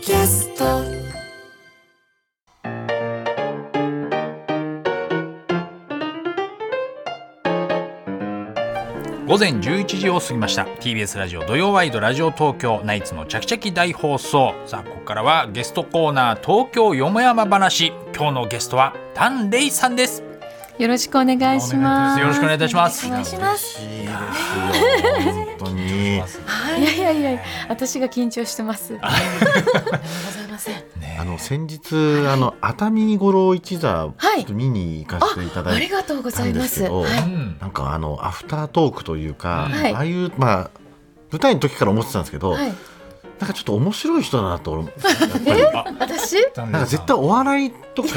キャスト午前11時を過ぎました TBS ラジオ土曜ワイドラジオ東京ナイツのチャキチャキ大放送さあここからはゲストコーナー東京よもやま話今日のゲストは丹レイさんですよろしくお願いします。よろしくお願いいたしますお願いしますいいですよ本当に。 いやいやいや、私が緊張してます。ございません あの先日あの熱海五郎一座はいちょっと見に行かせていたあだあいりがとうござたいんでますすけど、はういんなんかあのアフタートークというか、はいああいうまあ舞台の時から思ってたんですけど、はい。なんかちょっと面白い人だなと俺私なんか絶対お笑いとか好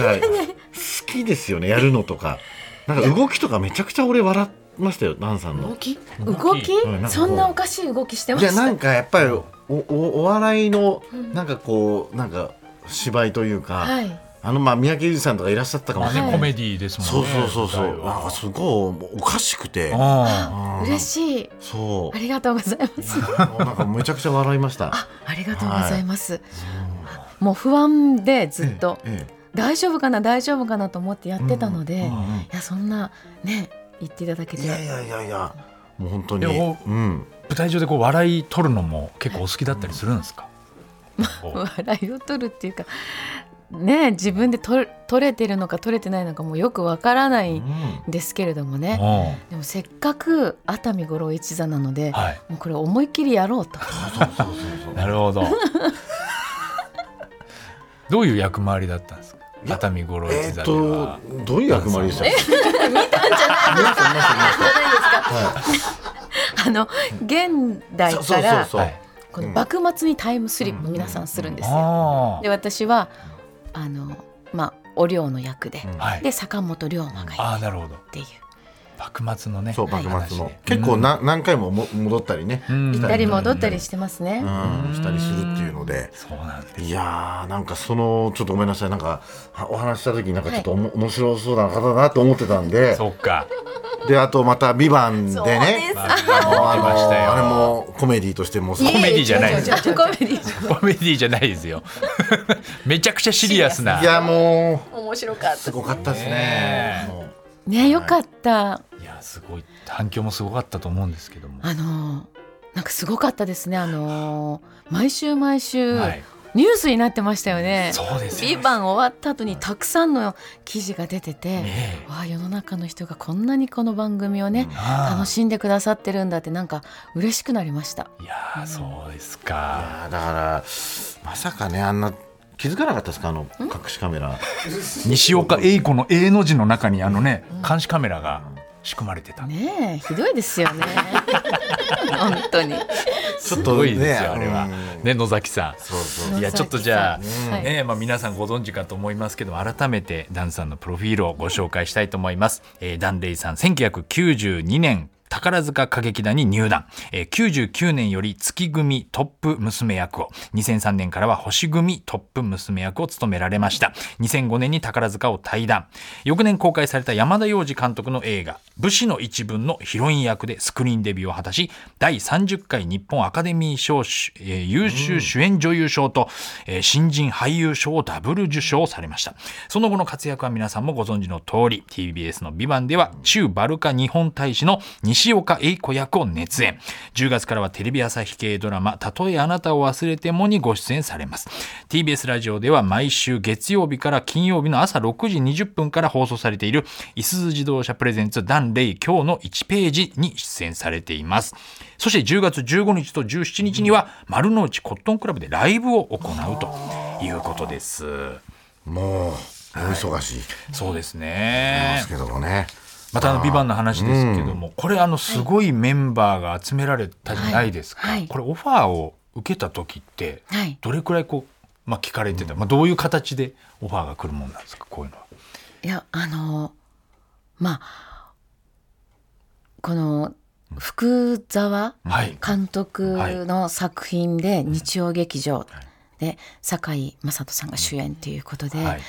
きですよねやるのとかなんか動きとかめちゃくちゃ俺笑いましたよダンさん動の。き動き動きうんなんかこうそんなおかしい動きしてまいやしなた。んかやっぱりおおお笑いのうんなんかこうなんか芝居というか。はい。あのまあ三宅裕二さんとかいらっしゃったかもしれはないい。コメディーですもそんうねそうそうそう。舞台なんはかすごいおかしくて。あ嬉い。しい。そありがとうございます。う。 なんかめちゃくちゃ笑いました。あ、ありがとうございます。もう不安でずっとええ。大丈夫かな大丈夫かなと思ってやってたので、うんうんうんいやそんなね言っていただけいやいて。やいやいや。もう本当に。いやもうん。舞台上でこう笑い取るのも結構お好きだったりするんです かこう笑いを取るっていうか。ね、自分で取取れてるのか取れてないのかもよくわからなういんんですけれどもうね、んでもせっかく熱海五郎一座なので、はいもうこれ思いっきりやろうと。そうそうそうそうなるほどどういう役回りだったんですか熱海五郎え一座ーでっはとどういう役回りでしたっけ。 あの現代そうそかうそうらそう。この幕末にタイムスリップ皆さんするんですよ。あで私はあのまあお龍の役で、うんあはいで坂本龍馬がいるああなるほどっていう幕末のねそうはい幕末の話結構な何回もも戻ったりね。うん行ったり戻ったりしてますね。うんしたりするっていうので。そうなんですいやーなんかそのちょっとごめんなさいなんかはお話しした時になんかちょっとおも、面白そうな方だなと思ってたんでそっかであとまた「ビバンでそうでねすまあ来ましたよあれもコメディとしてもいコメディじゃないええ違う違う違うコメディじゃコメディじゃないですよめちゃくちゃシリアスないやもない面白かうったす。ごかったですねねえもねよかった。いやすごい反響もすごかったと思うんですけどもあのなんかすごかったですね。あの毎週毎週はいニュースになってましたよね。そうですよビバン終わった後にたくさんの記事が出てて、ねえわあ世の中の人がこんなにこの番組をね、ああ楽しんでくださってるんだってなんか嬉しくなりました。いやーそうですういかやだからまさかねあんな気づかなかったですかあの隠しカメラ西岡英子の A の字の中にあのね監視カメラが仕組まれてたねえひどいですよね。 本当に。ちょっすとごねいですよあれはうんね野崎さんそうそういやちょっとじゃあ、はいねまあ、皆さんご存知かと思いますけど改めてダンさんのプロフィールをご紹介したいと思います。えーダンレイさん1992年宝塚歌劇団に入団、えー99年より月組トップ娘役を2003年からは星組トップ娘役を務められました2005年に宝塚を退団翌年公開された山田洋次監督の映画「武士の一文」のヒロイン役でスクリーンデビューを果たし第30回日本アカデミー賞主、えー優秀主演女優賞と、えー新人俳優賞をダブル受賞されましたその後の活躍は皆さんもご存知の通り TBS の「美版では中バルカ日本大使の西岡英子役を熱演10月からはテレビ朝日系ドラマ「たとえあなたを忘れても」にご出演されます TBS ラジオでは毎週月曜日から金曜日の朝6時20分から放送されているいすゞ自動車プレゼンツダンレイ今日の1ページに出演されていますそして10月15日と17日には丸の内コットンクラブでライブを行うということですもうお忙しいそうですでねすけどもねまたあの「ビバンの話ですけども、これあのすごいメンバーが集められたじゃないですか、はいはいこれオファーを受けた時ってはいどれくらいこう、まあ、聞かれてた、まあ、どういう形でオファーが来るもんなんですかこういうのは。いやあのまあこの福沢はい監督の作品で日曜劇場で堺雅人さんが主演ということで、はい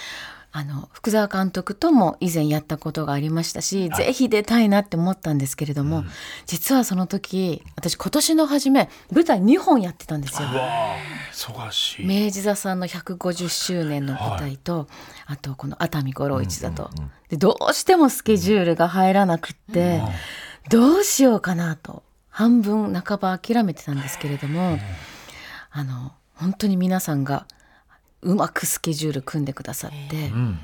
あの福澤監督とも以前やったことがありましたし、はいぜひ出たいなって思ったんですけれども、うん実はその時私今年の初め舞台2本やってたんですよ。わあ忙しい。明治座さんの150周年の舞台と、あとこの熱海五郎一座と、うんうんうんでどうしてもスケジュールが入らなくって、どうしようかなと半分半ば諦めてたんですけれども、あの本当に皆さんがうまくスケジュール組んでくださって、うん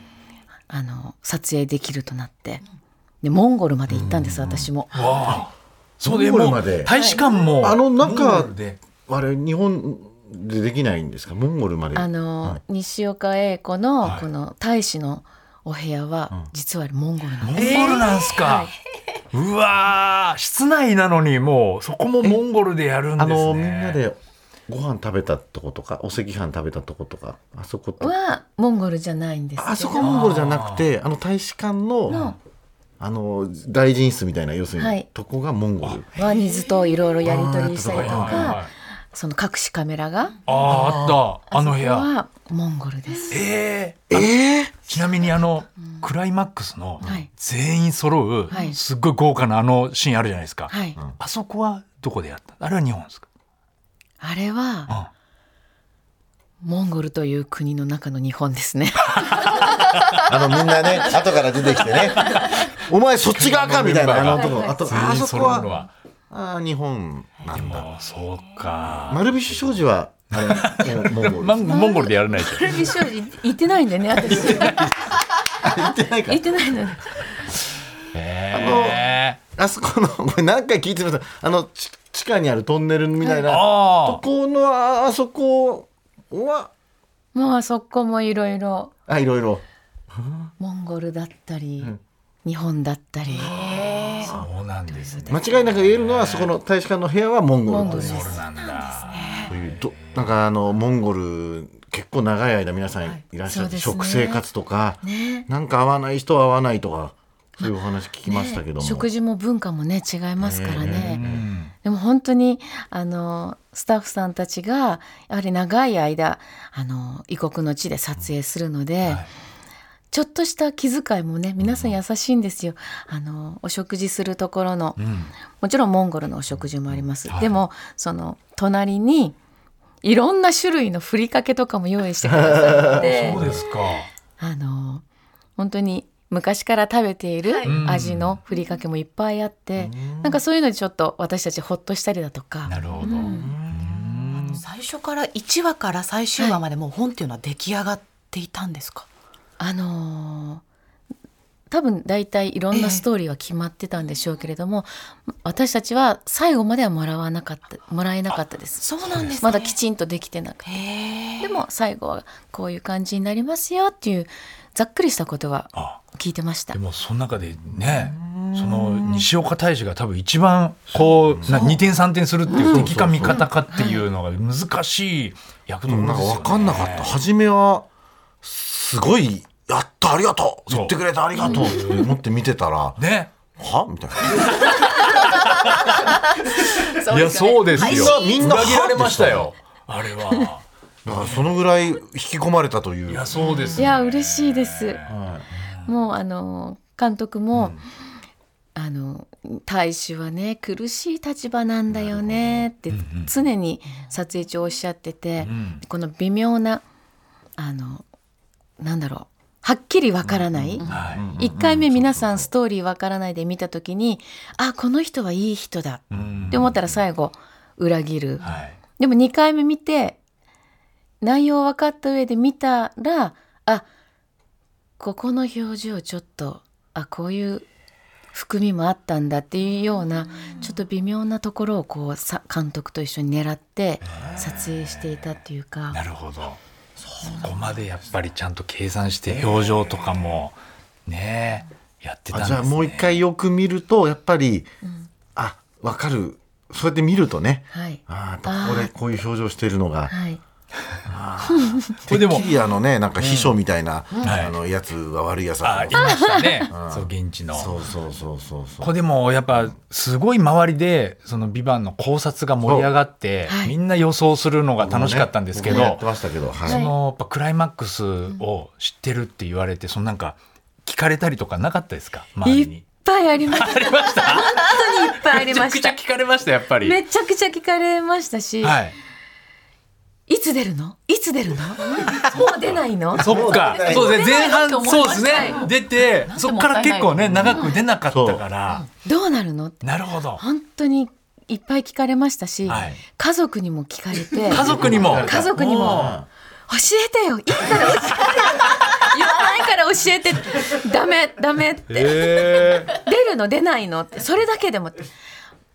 あの撮影できるとなってでモンゴルまで行ったんです、私も。わあそうでモンゴルもまうで大使館もはいあの中モンゴルであれ日本でできないんですかモンゴルまであの、はい西岡英子のはいこの大使のお部屋は、うん実はあれモンゴルなんモンでゴす。ルなんすか。うわあ室内なのにもうそこもモンゴルでやるんであすね。のみんなでご飯食べたとことかお赤飯食べたとことかあそことはモンゴルじゃないんですけどあそこモンゴルじゃなくてあの大使館ののあの大臣室みたいな要するはにいとこがモンゴルワニズといろいろやり取りしたはりといはいはいかその隠しカメラがあああったあの部そこ屋。はモンゴルです。ええええちなみにあのクライマックスのはい全員揃はういすっごい豪華なあのシーンあるじゃないですか。はい、あそこはどこでやった？あれは日本ですか？あれはあモンゴルという国の中の日本ですね。あのみん なね後から出てきてねお前そっち側かみたいなああののとこあと全あ員そこ揃うのはは。あー日本なでんだもそうか。丸菱商事はあれ もうモンゴルマンモンゴルでやらないでしょ。テレビ勝利行ってないんでね私行行ってないからってないのでへあそこの、これ何回聞いてました。あの、ち地下にあるトンネルみたいーな。とああ。この、ああそこは、もうそこもいろいろあ、いろいろ。モンゴルだったり、ん日本だったりそうなんですね。間違いなく言えるのは、そこの大使館の部屋はモンゴモルンとゴいルうで。す。そうなんだ。というどなんかあの、モンゴル、結構長い間皆さんいらっしゃっはいそうて、ですね食生活とか、ねなんか合わない人は合わないとか、そういうお話聞きましたけども。食事も文化もね違いますからね。うんでも本当にあのスタッフさんたちがやはり長い間あの異国の地で撮影するので、はいちょっとした気遣いもね皆さん優しいんですよ。あのお食事するところのうん。もちろんモンゴルのお食事もあります。はいでもその隣にいろんな種類のふりかけとかも用意してくだ さってそうですか。あの本当に昔から食べているい味のふりかけもいっぱいあって、うんなんかそういうのにちょっと私たちほっとしたりだとか。なるほど。ううんん最初から1話から最終話までもう本っていうのは出来上がっていたんですか、あのー多分大体いろんなストーリーは決まってたんでしょうけれども、私たちは最後まではもらわなかったもらえなかったですそうなんですねまだきちんとできてなくてへえでも最後はこういう感じになりますよっていうざっくりしたことはあ、聞いてましたでもその中でね、その西岡大使が多分一番こうな二点三点するっていう敵か味方かっていうのが難しい役どこうろんでなんすかよね。分かんなかった初めはすごい「やったありがとうそう言ってくれてありがとう」って思って見て たらね。 「はみたいないやそうですよ。みんなみんな裏切られましたよ。あれは。だからそのぐらい引き込まれたといういやそうです、いね。や嬉しいですはもうあの監督も、あの大使はね苦しい立場なんだよねって常に撮影中おっしゃってて、んこの微妙なあのなんだろうはっきりわからない、はい。 1回目皆さんストーリーわからないで見た時にあこの人はいい人だうんって思ったら最後裏切る、はい。でも2回目見て内容分かった上で見たらあここの表情ちょっとあこういう含みもあったんだっていうようなちょっと微妙なところをこうさ監督と一緒に狙って撮影していたっていうかなるほど。そこまでやっぱりちゃんと計算して表情とかもねやってたんでい、あすね。じゃあもう一回よく見るとやっぱり、あ分かるそうやって見るとねはいああここでこういう表情しているのがはいあなこてれでっもきりあのねなんか秘書みたいな、はいあのやつが悪いやつあだいと思まっしたねう。んそう現地のた。そうそうそうそうそうこれでもやっぱすごい周りでその「ビバンの考察が盛り上がって、そうはいみんな予想するのが楽しかったんですけど、僕もやってましたけど、はいそのやっぱクライマックスを知ってるって言われてそのなんか聞かれたりとかなかったですか周いりっに。ぱいありま した。ありました本当にいっぱいありまし めちゃたく。ちゃ聞かれましたやっぱり。めちゃくちゃ聞かれましたし、はい、い、つ出るのいつ 出るのもう出ない のそっかもう出そうないですね前半もう出ないそうですねはい出てなんてそっから結構ねもった長く出なかったから、どうなるのってなるほど、本当にいっぱい聞かれましたし、はい家族にも聞かれて家族にも家族にも教えてよいいから教えてよ言わないから教えてダメダメってえー、出るの出ないのってそれだけでもって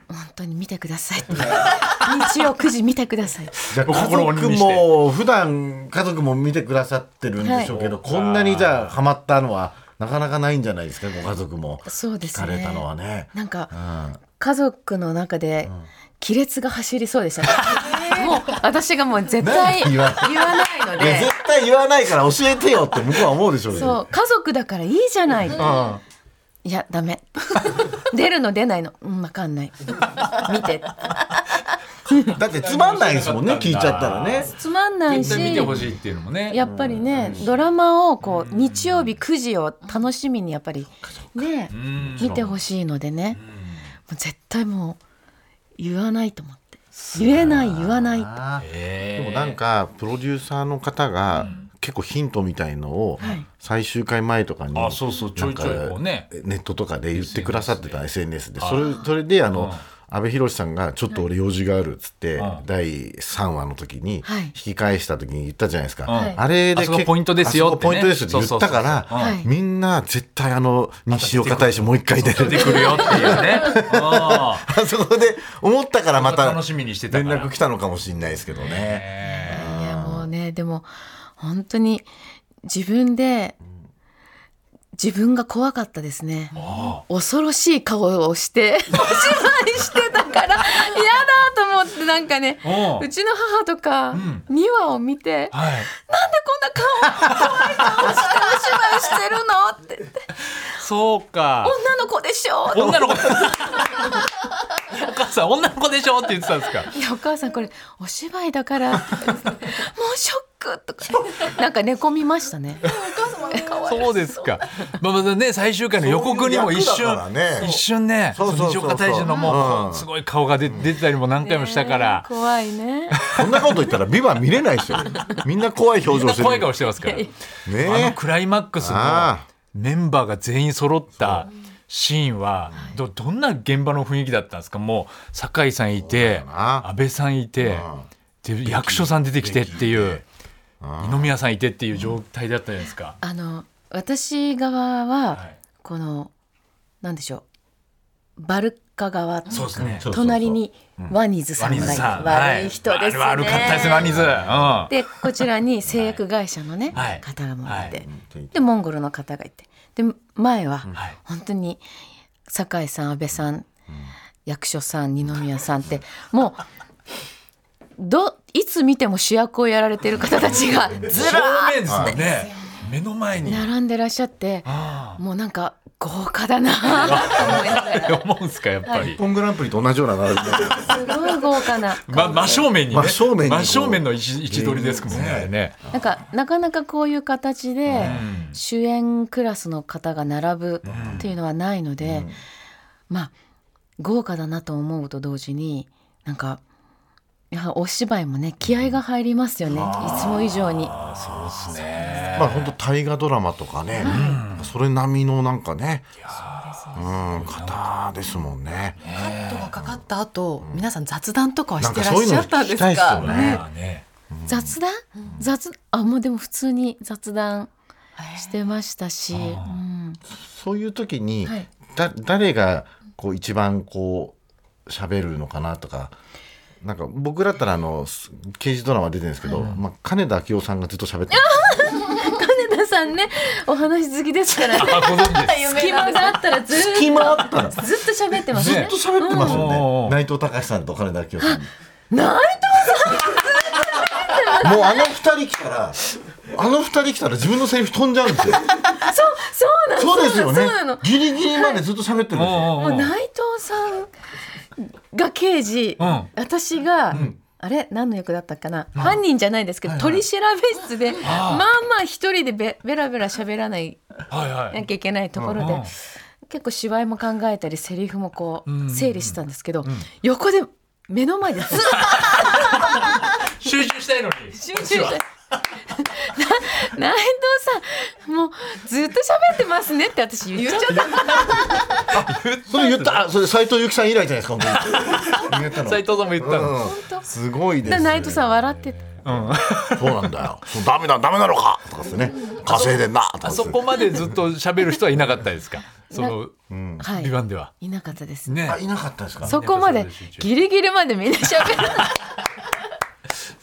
本当に見てくださいって日曜9時見てくださいじゃあお心を家族鬼にしても普段家族も見てくださってるんでしょうけど、はいこんなにじゃあハマったのはなかなかないんじゃないですかご家族もそうで聞すかねれたのはね。なんかうん家族の中で亀裂が走りそうでしたね、もう私がもう絶対なんで言言わわないのいやで絶対言わないから教えてよって向こうは思うでしょうけそど。う家族だからいいじゃない、うんいやダメ 出るの出ないのうんわかんない見てだってつまんないです もんね聞いちゃったらね。つまんないし絶対見てほしいっていうのもねやっぱりね、ドラマをこう日曜日9時を楽しみにやっぱりねうん見てほしいのでね、もう絶対もう言わないと思って言えない言わないとあーえでーもなんかプロデューサーの方が結構ヒントみたいのを最終回前とかにあそうそうちょいちょいなんかこうねネットとかで言ってくださってた SNS でそれそれであの阿部寛さんが「ちょっと俺用事がある」っつってはい第3話の時にはい引き返した時に言ったじゃないですかはいあれであそこポイントですよあそこポイントですよってねって言ったかそうそうそうらはいみんな絶対あの西岡大使もう一回出出てるくるよっていうねあ あそこで思ったからーまた楽しみにしてた連から絡来たのかもしれないですけどね。えいやもうねでも本当に自分で自分が怖かったですねーあ恐ろしい顔をして お芝居してたから嫌だと思ってなんかねーおうーちの母とかん2話を見て、なんではいこんな顔怖い顔してお芝居してるのって言ってそうか女の子でしょって女の子お 母さん女の子でしょって言ってたんですかいやお母さんこれお芝居 だからもうショックとかなんか寝込みまし たね。そうですかまあまあね最終回の予告にも一そういう役だから瞬ね一瞬ねそうそうそう西岡大使のうもんうすごい顔が出出てたりも何回もしたからねえ怖いね。こんなこと言ったらビバ見れないですよ。みんな怖い表情してる。怖い顔してますからいあのねえ。クライマックスのああメンバーが全員揃ったシーンはどどんな現場の雰囲気だったんですかもう酒井さんいてそうだな安倍さんいてで役所さん出てきてっていう二宮さんいてっていう状態だったじゃないですか。あの私側ははいこのなんでしょうバルカ側というかそうですねそうそうそう隣にワニズさワニんズがいてさん悪い人ですね。はい悪かったですワニズ。うん。はでこちらに製薬会社のね、はい方がもいて、はでモンゴルの方がいてで前ははい本当に酒井さん安倍さん、役所さん二宮さんってもうどいつ見ても主役をやられてる方たちがず正ら面ーっですもんね。目の前に。と並んでらっしゃってあもうなんか豪華だなと思いながあ。思うんですかやっぱ日り。本グランプリと同じような並びになってるらすごい豪華な。ま真正面にね。真正面に真正面の位置位置取りですもんね。ねあれね。なんかなかなかこういう形でうん主演クラスの方が並ぶっていうのはないので、まあ豪華だなと思うと同時になんかやはりお芝居もね気合が入りますよね、いつも以上に。あそうですね。まあ本当大河ドラマとかね、それ並みのなんかね、うん方ですもんね。カットがかかった後、皆さん雑談とかはしてらっなんかそういうしのゃったんです聞きたいっすかよねまあね。雑談、雑あもうでも普通に雑談してましたし、うんそういう時にはいだ誰がこう一番こう喋るのかなとか。なんか僕だったらあのす刑事ドラマ出てるんですけど、まあ、金田明夫さんがずっと喋ってる金田さんねお話好きですからねあご存知です。隙間があったらずーっ隙間あったらずっとずっと喋ってますねずっと喋ってますよね、うん内藤隆さんと金田明夫さん内藤さんずっと喋ってまもうあの二人来たらあの二人来たら自分のセリフ飛んじゃうんですよそうなのそうですよねそうなのギリギリまでずっと喋ってるんですおうおようおもうう内藤さんが刑事、うん私が、あれ何の役だったかな、犯人じゃないですけど、はいはい取り調べ室でまあまあ一人でべべらべら喋らないはいはないきゃいけないところで、うんうん結構芝居も考えたりセリフもこうんうんうんう整理してたんですけど、横で目の前でずっと集中したいのに集 中して。 な内藤さんもうずっと喋ってますねって私言っちゃったそれ言ったあそれ斎藤由貴さん以来じゃないですか本当に言ったの斎藤さんも言ったの、うんすごいですね内藤さん笑ってたそうなんだよそうダメだダメなのかとかですね稼いでんなとかあっそてこまでずっと喋る人はいなかったですかそのはリいバンでは、いなかったですねあいなかったですかそこまでギリギリまでみんな喋らない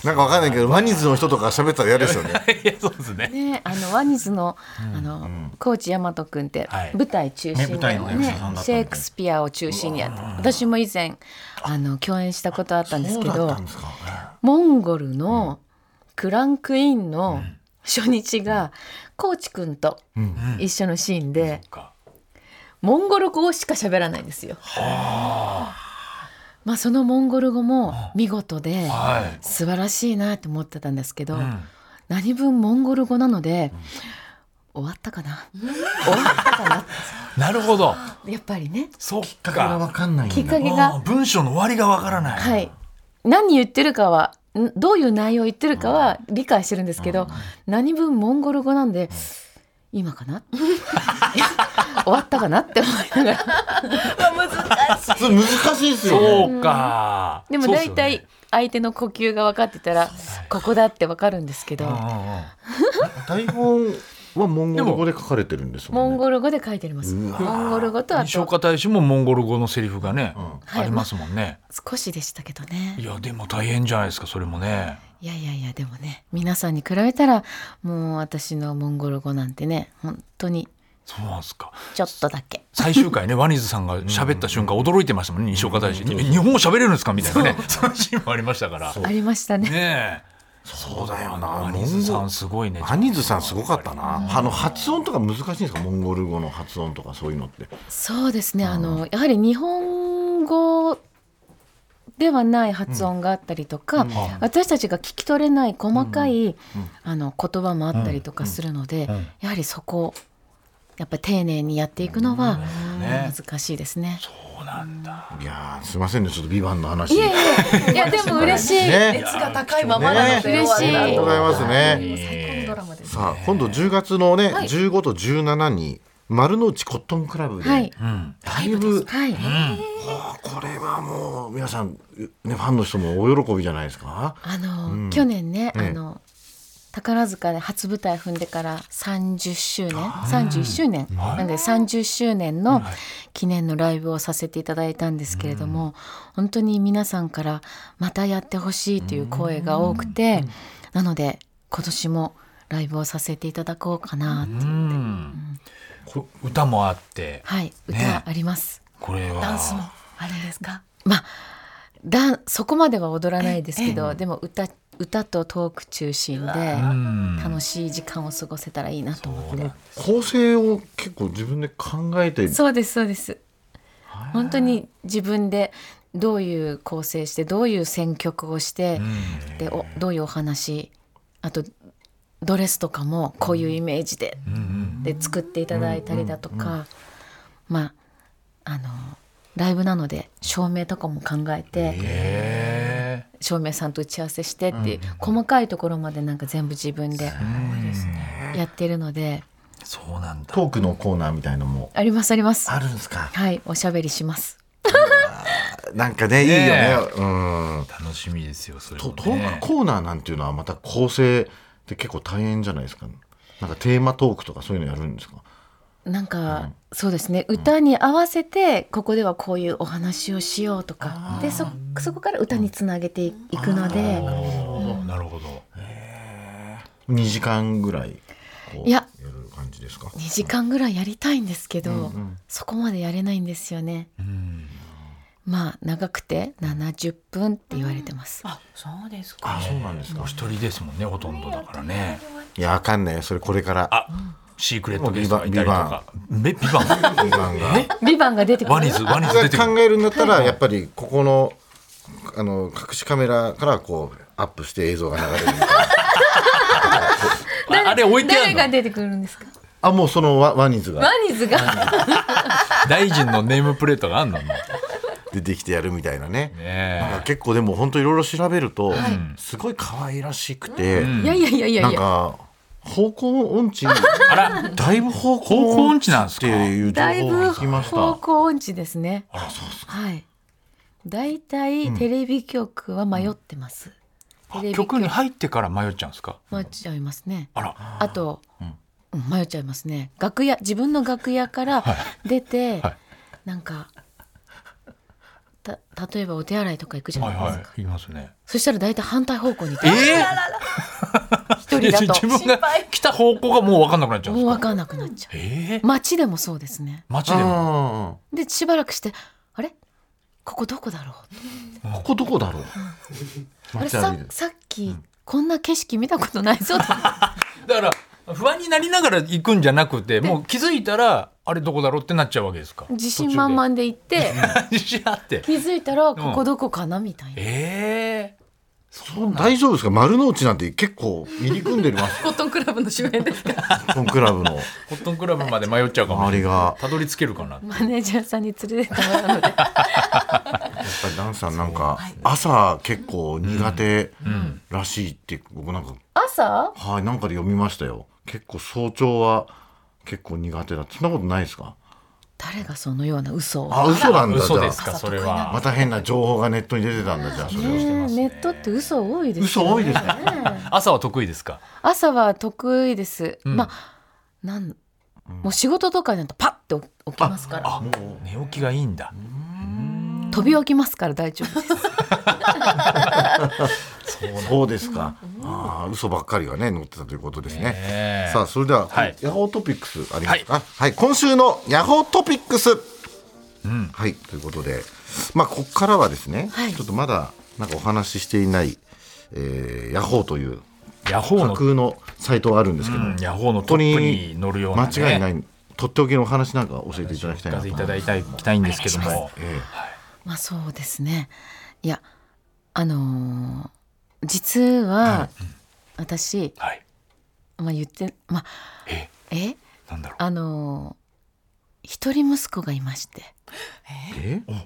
なんかわかんないけどワニズの人とか喋ったら嫌ですよねいやそうですね ねあのワニズのあの高知大和くんってはい舞台中心ねに舞台の役者さんだったんでシェイクスピアを中心にやって私も以前あの共演したことあったんですけそうだどったんですかモンゴルのクランクインの初日が高知くんと一緒のシーンでかモンゴル語しか喋らないんですよ。まあそのモンゴル語も見事ではい素晴らしいなと思ってたんですけど。うん何分モンゴル語なので、終わったかな終わったかななるほどやっぱりねそっだからわかかんないんだきっかけあーが文章の終わりがわからない、はい何言ってるかはんどういう内容を言ってるかは理解してるんですけど、何分モンゴル語なんで、今かな 終わったかなって思いながらそれ難しいですよねそうかでもそうっす大よね体相手の呼吸が分かってたら、ここだって分かるんですけど、うんうんうん台本はモンゴル語で書かれてるんですモもんンねゴル語で書いてありますうわモンゴル語とあ西と岡大使もモンゴル語のセリフがね、うありますもんね、少しでしたけどねい、やでも大変じゃないですかそれもねいやいやいやでもね皆さんに比べたらもう私のモンゴル語なんてね本当にそうなんですかちょっとだけ最終回 ねワニズさんが喋った瞬間驚いてましたもんね西岡大使、に日本語喋れるんですかみたいなねそのシーンもありましたからありましたねねえそうだよなワニズさんすごいねアニズさんすごかったな、あの発音とか難しいんですかモンゴル語の発音とかそういうのってそうですねあのやはり日本語ではない発音があったりとか、私たちが聞き取れない細かい、あの言葉もあったりとかするので、うんやはりそこをやっぱ丁寧にやっていくのはね難しいですね。そうなんだいやーすいませんねちょっと「ビバンの話いやいやいやでも嬉しい、ね熱が高いままなので、ね嬉しいありがとうございますね最高のドラマです。さあ今度10月のね、15と17に丸の内コットンクラブで、はい、うんだいぶはい、あこれはもう皆さん、ね、ファンの人も大喜びじゃないですかあの、うん去年ね、ええあの宝塚で初舞台踏んでから30周年31周年、なので30周年の記念のライブをさせていただいたんですけれども、本当に皆さんからまたやってほしいという声が多くて、なので今年もライブをさせていただこうかなって、うんこ歌もあってはいね歌あります、これはダンスもあるんですか。まあだそこまでは踊らないですけど、でも歌歌とトーク中心で。うん楽しい時間を過ごせたらいいなと思って構成を結構自分で考えてそうですそうです本当に自分でどういう構成してどういう選曲をして、でおどういうお話あとドレスとかもこういうイメージで、で作っていただいたりだとか、まああのライブなので照明とかも考えて、へ照明さんと打ち合わせしてっていう、細かいところまでなんか全部自分でやってるのでえそうなんだトークのコーナーみたいのもありますあります。あるんですかはい、おしゃべりします。 なんかねいいよねうん楽しみですよそれもトねトークコーナーなんていうのはまた構成って結構大変じゃないですかなんかテーマトークとかそういうのやるんですかなんか、そうですね、歌に合わせて、ここではこういうお話をしようとか。で、そ、そこから歌につなげていくので、おーなるほど2時間ぐらいこういややる感じですか2時間ぐらいやりたいんですけど、そこまでやれないんですよね。まあ長くて70分って言われてます。あそうですかあそうなんですかお一人ですもんねほとんどだからねいやわかんないよそれこれ からあシークレットゲストがいたりとかめビバン時間がビバンが出てくる。ワニズ ワニズ出てくる考えるんだったらやっぱりここのあの隠しカメラからこうアップして映像が流れるみたい なああれ置いてあ誰がるの出てくるんですか。あもうそのワワニズワがニズが。大臣のネームプレートがあんのもうね出てきてやるみたいなねなんかえ結構でも本当いろいろ調べると、すごい可愛らしくて、いやいやいやいやないんや。か方向音痴 あらだいぶ方向方向音痴なんですかっていう情報だいぶが聞きました方向音痴ですね。あらそうですはい。だいたいテレビ局は迷ってます。テレビ曲に入ってから迷っちゃうんですか迷っちゃいますね。あらあと、うん迷っちゃいますね。楽屋自分の楽屋から出て、はいなんかた例えばお手洗いとか行くじゃなはいいですか。はいいますねそしたら大体反対方向に行ってえ一え人だ自と分が来た方向がもう分かんなくなっちゃうんでもすかう分かんなくなっちゃう。ええ街でもそうですね。街でもあでしばらくしてあれここどこだろうーここどこだろうあれ街さ歩いてさっき、こんな景色見たことないぞとだから不安になりながら行くんじゃなくてもう気づいたらあれどこだろうってなっちゃうわけですか自信満々で行って 自信あって気づいたらここどこかなみたいなええそう大丈夫ですか丸の内なんて結構入り組んでるますコットンクラブの周辺ですかコンクラブのコットンクラブまで迷っちゃうかもし周れりないがやったどり着けるかなマネージャーさんに連れてってもらうのでぱりダンさんなんか朝結構苦手らしいって僕なんか朝はいなんかで読みましたよ結構早朝は結構苦手だそんなことないですか誰がそのような嘘をあ嘘なんだじ嘘ゃであすか朝それ得意なはまた変な情報がネットに出てたんだじゃあそれねはえしてますねネットって嘘多いです嘘よ多いですね朝は得意ですか朝は得意です、うんまあなんもう仕事とかになるとパッて起きますからあもう寝起きがいいんだ飛び起きますから大丈夫です そうですか。ああ、嘘ばっかりがね、載ってたということですね。ねえさあ、それでは、はいヤホートピックスありますか。はい、今週のヤホートピックス。んはい、ということで、まあ、ここからはですね、はいちょっとまだ、なんかお話ししていない。えー、ヤホーというヤホー架の空のサイトがあるんですけど、うんヤホーのトップに乗るようなね間違いない、とっておきのお話なんか教えていただきたいおな聞かとせいただきたいいきたいんですけどもえまあそうですねいやあのー実は、私、はいまあ、言ってまあええなんだろあのー一人息子がいましてええ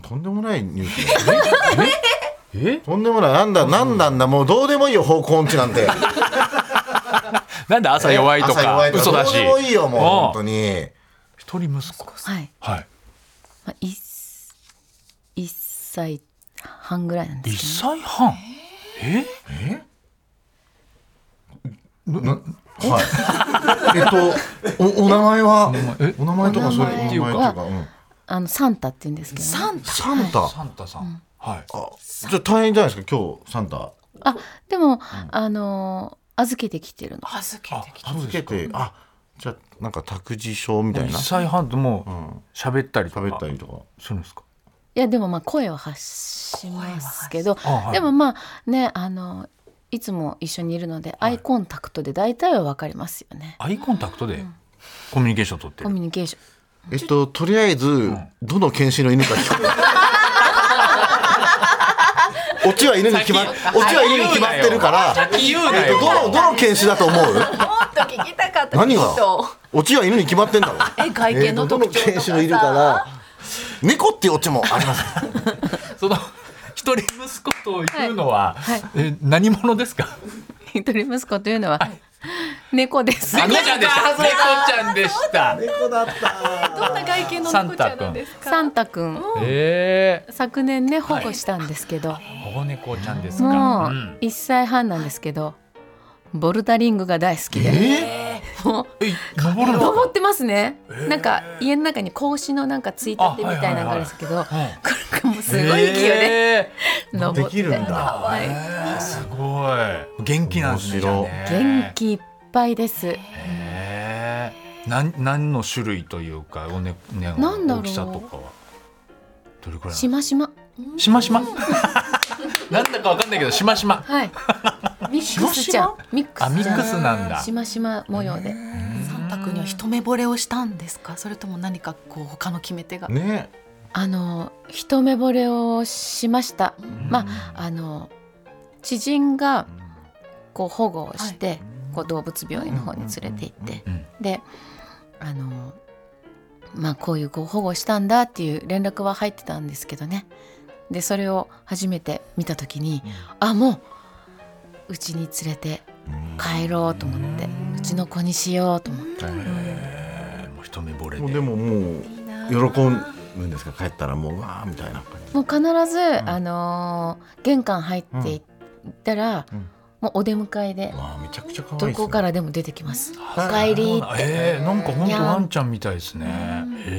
とんでもないニュースだうえ とんでもないなんだなんだんだもうどうでもいいよ方向音痴な んてなんで朝弱いと朝弱かいと嘘だしどうでもいいよもう本当んに一人息子はい、はいまあ、一一歳半ぐらいなんで一す歳半えはいえっとおお名前はえお名前とかそれお名前お名前とか、うん、けどあのサンタって言うんですけどね、サンタサンタサンタさんはいあじゃあ大変じゃないですか今日サンタあでも、あのー預けてきてるの預けあてきたそう預でけすかてあじゃあなんか託児所みたいな一歳半とうもんう喋ったりとか喋ったりとかするんですかいやでもまあ声を発しますけどあはいでもまあねあのいつも一緒にいるので、アイコンタクトで大体は分かりますよねアイコンタクトでコミュニケーション取ってコるミュニケーションえっととりあえず、どの犬種の犬か聞こう オチは犬に決まっオチは犬に決まってるから先言うなえっよとどのどの犬種だと思うもっと聞きたかった何きっとがオチは犬に決まってんだろえ外見の特徴とかさえーどの犬種のいるから猫っていうオチもありますその一人息子というのは、え何者ですか？一人息子というのは、 猫です猫ちゃんでした。猫ちゃんでした。どんな外見のサン猫ちタゃんくなんんですかサンタくんえ昨年ね保護したんですけど、え保護猫ちゃんですか。もううん1歳半なんですけどボルダリングが大好きで、もうえ登るの？登ってますね、なんか家の中に格子のなんかついたてみたいなのがあるんですけど、うんこれもうすごい勢いでえ登ってできるんだはいえすごい元気なんですね。面白いじゃあね元。気いっぱいです。ええ何何の種類というかおねねなんだろう大きさとかは。どれくらいしましま。しましま なんだかわかんないけどしましま はい。ミックスちゃん。ミックスちゃあん。ミックスなんだしましま模様で。三択には一目惚れをしたんですかそれとも何かこう他の決め手が、ねあの一目惚れをしました。まああの知人がこう保護をして、こう動物病院の方に連れて行って、うんうんであのまあこういうこう保護したんだっていう連絡は入ってたんですけどね。でそれを初めて見た時に、あもううちに連れて帰ろうと思って、うちの子にしようと思って。もう一目惚れもうででももう喜ぶんですか帰ったらもううわーみたいな感じもう必ず、あのー玄関入っていったら、んもうお出迎えでう、わーめちゃくちゃ可愛いどですねこからでも出てきます。あお帰りそうっなて。えー、なんか本に当ゃんワンちゃんみたいですね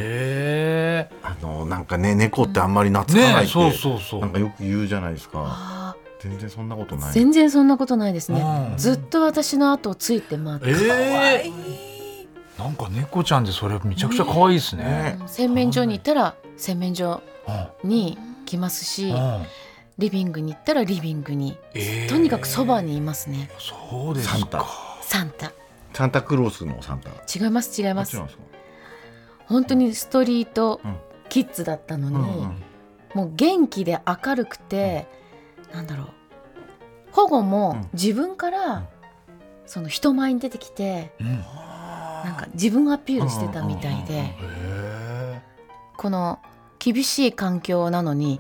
へえあのなんかね猫ってあんまり懐かないって、ねえそうそうそうなんかよく言うじゃないですかあ全然そんなことなーい全然そんなことないですねう。んずっと私の後をついて回って、えー、なんか猫ちゃんでそれめちゃくちゃ可愛いですねね洗面所に行ったら洗面所に来ますうしん、うんリビングに行ったらリビングに、えーとにかくそばにいますね。そうですサンタかサンタ。サンタクロースのサンタ違います違いまあ違すうん。ですか本当にストリートうんキッズだったのに。うんうんもう元気で明るくて、なんだろう保護もうん自分から、その人前に出てきてうんへなんか自分アピールしてたみたいで、えこの厳しい環境なのに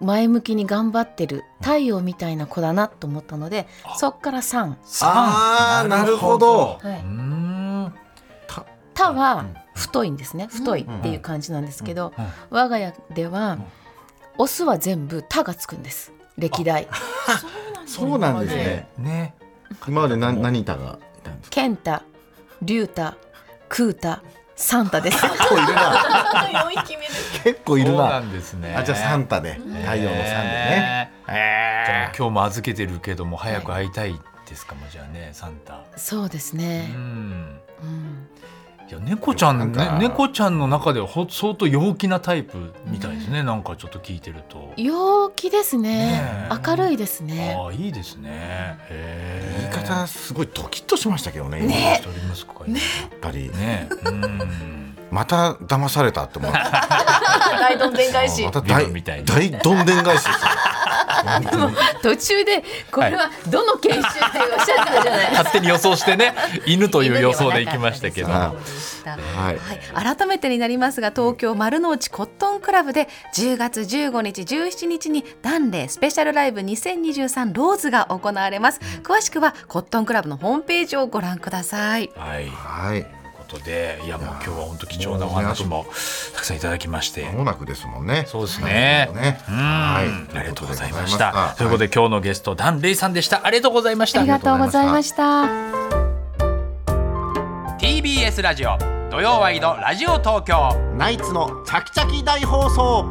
うん、前向きに頑張ってる太陽みたいな子だなと思ったので、そっから3あーなるほはどういーん「た」は太いんですね太いっていう感じなんですけど、うんうん我が家では、オスは全部「た」がつくんです歴代。そうなんですねね今まで何何タがいたんですかケンタ、リュウタ、クータ、サンタ です。結構いる な結構いるそうななんですねあじゃあサンタで太陽のサンタでねじゃあ今日も預けてるけども早く会いたいですかもじゃあねサンタそうですうね。んうん、いや猫ちゃんなんねか猫ちゃんの中ではほ相当陽気なタイプみたいですねなんかちょっと聞いてると陽気ですねね。え明るいですね。ああいいですねへ言いえ方すごいドキッとしましたけどね一人息子がいるやっぱりねうんまた騙されたって思って 大どんでん返しまたビルみたい大に大どんでん返しですよ本当に途中でこれはどの研修っておっしゃってたじゃない。勝手に予想してね犬という予想でいきましたけど犬ではなかったはではい、改めてになりますが東京丸の内コットンクラブで10月15日17日にダンレイスペシャルライブ2023ローズが行われます詳しくはコットンクラブのホームページをご覧くださいいというはいことでいやもう今日は本当貴重なお話もたくさんいただきまして間もなくですもんねそうですねねうんはいありがとうございましはた。ということで今日のゲストダンレイさんでした。ありがとうございましあたり。がとうございました。 TBS ラジオ土曜ワイドラジオ東京。ナイツのチャキチャキ大放送